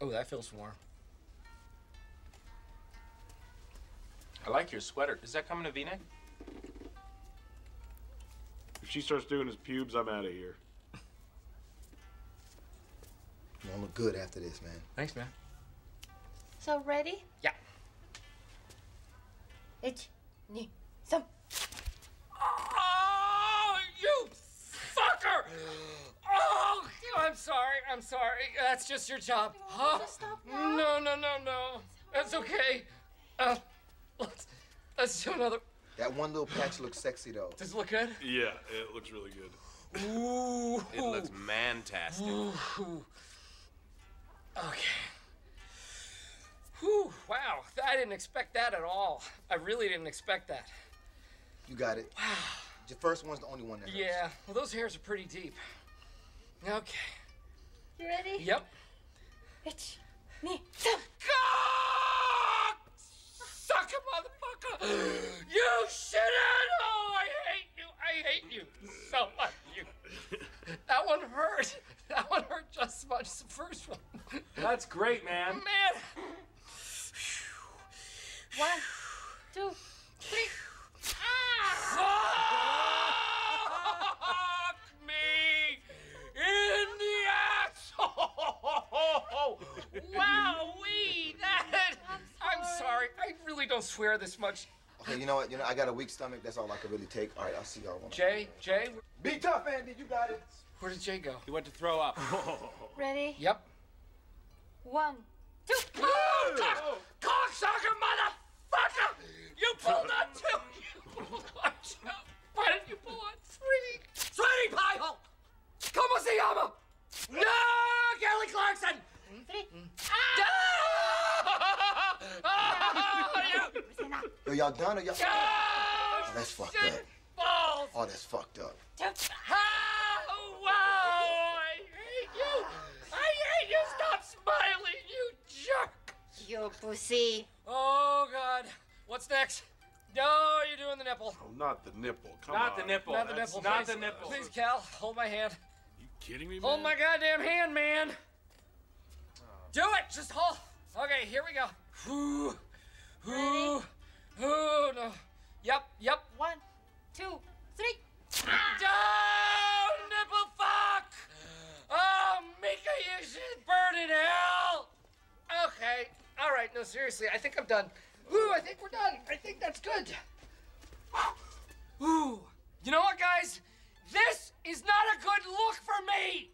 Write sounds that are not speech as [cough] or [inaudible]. Oh, that feels warm. I like your sweater. Is that coming to V-neck? If she starts doing his pubes, I'm out of here. You gonna look good after this, man. Thanks, man. So ready? Yeah. It's some. Oh, you sucker! Oh, I'm sorry. I'm sorry. That's just your job. want me to stop now? No, no, no, no. That's okay. Uh, let's let's do another. That one little patch looks sexy though. Does it look good? Yeah, it looks really good. Ooh. It looks mantastic. Ooh. Okay. Whew, wow, I didn't expect that at all. I really didn't expect that. You got it. Your first one's the only one that hurts. Yeah, well, those hairs are pretty deep. Okay. You ready? Yep. It's me. Some. Cock! Suck it, motherfucker! You shithead! Oh, I hate you! I hate you so much, you. That one hurt. That one hurt just as much as the first one. That's great, man. Man, One, two, three. fuck me in the asshole! Wowee! That. I'm sorry. I really don't swear this much. Okay, you know what? You know I got a weak stomach. That's all I can really take. All right, I'll see y'all. One Jay, Jay, Be tough, Andy. You got it. where did Jay go? He went to throw up. Ready? Yep. One, two. Cock, cocksucker, motherfucker! You pulled on two. You pulled on two. Why didn't you pull on three? Three piehole. Como se llama? No, Kelly Clarkson. Three. Mm. Ah! [laughs] Yo, y'all done or y'all? Ah, That's fucked shit up. balls. Oh, that's fucked up. Ah, wow, I hate you. I hate you. Stop smiling, you jerk. You pussy. Oh God, what's next? No, you're doing the nipple. Oh, not the nipple. Come Not on. the nipple. Uh, Not the That's nipple. Not please. the nipple. Please, Cal, hold my hand. You kidding me, man? Oh Hold my goddamn hand, man. Do it. Just hold. Okay, here we go. Whoo, whoo, whoo. No. Yep, yep. One, two, three. Down, nipple fuck. Oh, Mika, you should burn in hell. Okay. All right. No, seriously. I think I'm done. Ooh, I think we're done. I think that's good. Ooh. You know what, guys? This is not a good look for me.